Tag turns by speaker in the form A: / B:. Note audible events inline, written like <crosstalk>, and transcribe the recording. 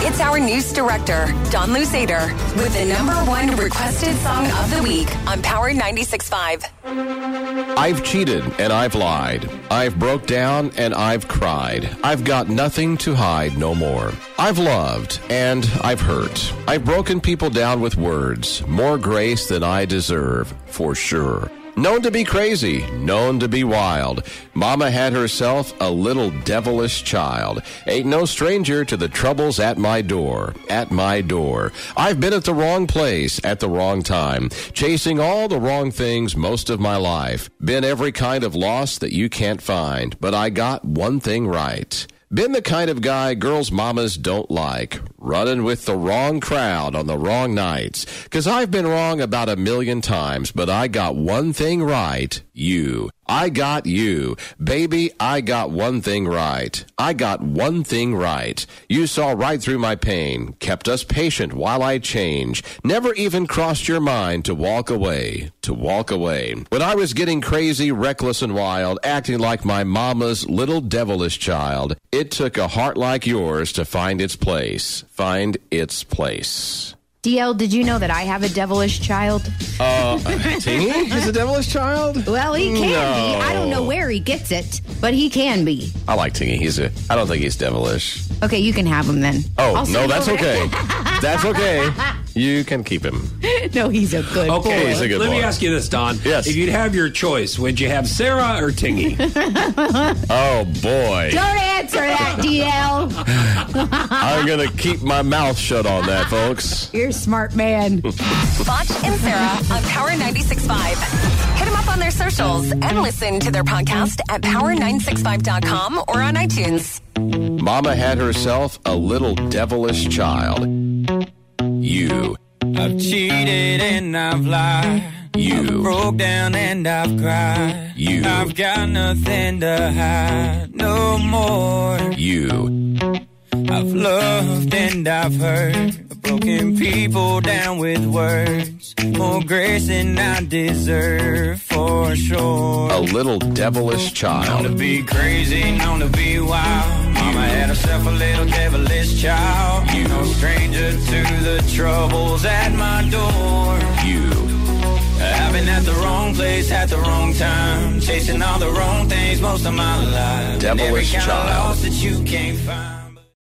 A: It's our news director, Don Lusader, with the number one requested song of the week on Power 96.5.
B: I've cheated and I've lied. I've broke down and I've cried. I've got nothing to hide no more. I've loved and I've hurt. I've broken people down with words, more grace than I deserve, for sure. Known to be crazy, known to be wild. Mama had herself a little devilish child. Ain't no stranger to the troubles at my door, at my door. I've been at the wrong place at the wrong time, chasing all the wrong things most of my life. Been every kind of loss that you can't find, but I got one thing right. Been the kind of guy girls' mamas don't like, running with the wrong crowd on the wrong nights. Cause I've been wrong about a million times, but I got one thing right you. I got you. Baby, I got one thing right. I got one thing right. You saw right through my pain, kept us patient while I change. Never even crossed your mind to walk away, to walk away. When I was getting crazy, reckless, and wild, acting like my mama's little devilish child, it took a heart like yours to find its place, find its place.
C: DL, did you know that I have a devilish child?
B: See? <laughs> He's a devilish child?
C: Well, he can
B: No.
C: be. I don't know where he gets it, but he can be.
B: I like Tingy. He's a. I don't think he's devilish.
C: Okay, you can have him then.
B: Oh
C: I'll
B: no,
C: send
B: that's
C: him-
B: okay. That's okay. You can keep him.
C: <laughs> no, he's a good
B: Okay,
C: boy.
B: he's a good
D: Let me
B: boy.
D: ask you this, Don.
B: Yes.
D: If you'd have your choice, would you have Sarah or Tingy?
B: Oh boy,
C: Don't answer that, DL.
B: I'm gonna keep my mouth shut on that, folks.
C: You're a smart man.
A: Foch and Sarah on Power 96.5. Hit them up on their socials and listen to their podcast at power965.com or on iTunes.
B: Mama had herself a little devilish child. You,
E: I've cheated and I've lied.
B: you,
E: Broke down and I've cried.
B: You.
E: I've got nothing to hide no more.
B: you,
E: I've loved and I've hurt. Broken people down with words. More grace than I deserve for sure.
B: a little devilish
E: Known to
B: child.
E: be crazy, known to be wild. Mama had herself a little devilish child. You no stranger to the troubles at my door.
B: You,
E: I've been at the wrong place at the wrong time, chasing all the wrong things most of my life.
B: Devilish
E: Every kind
B: child.
E: of loss that you can't find.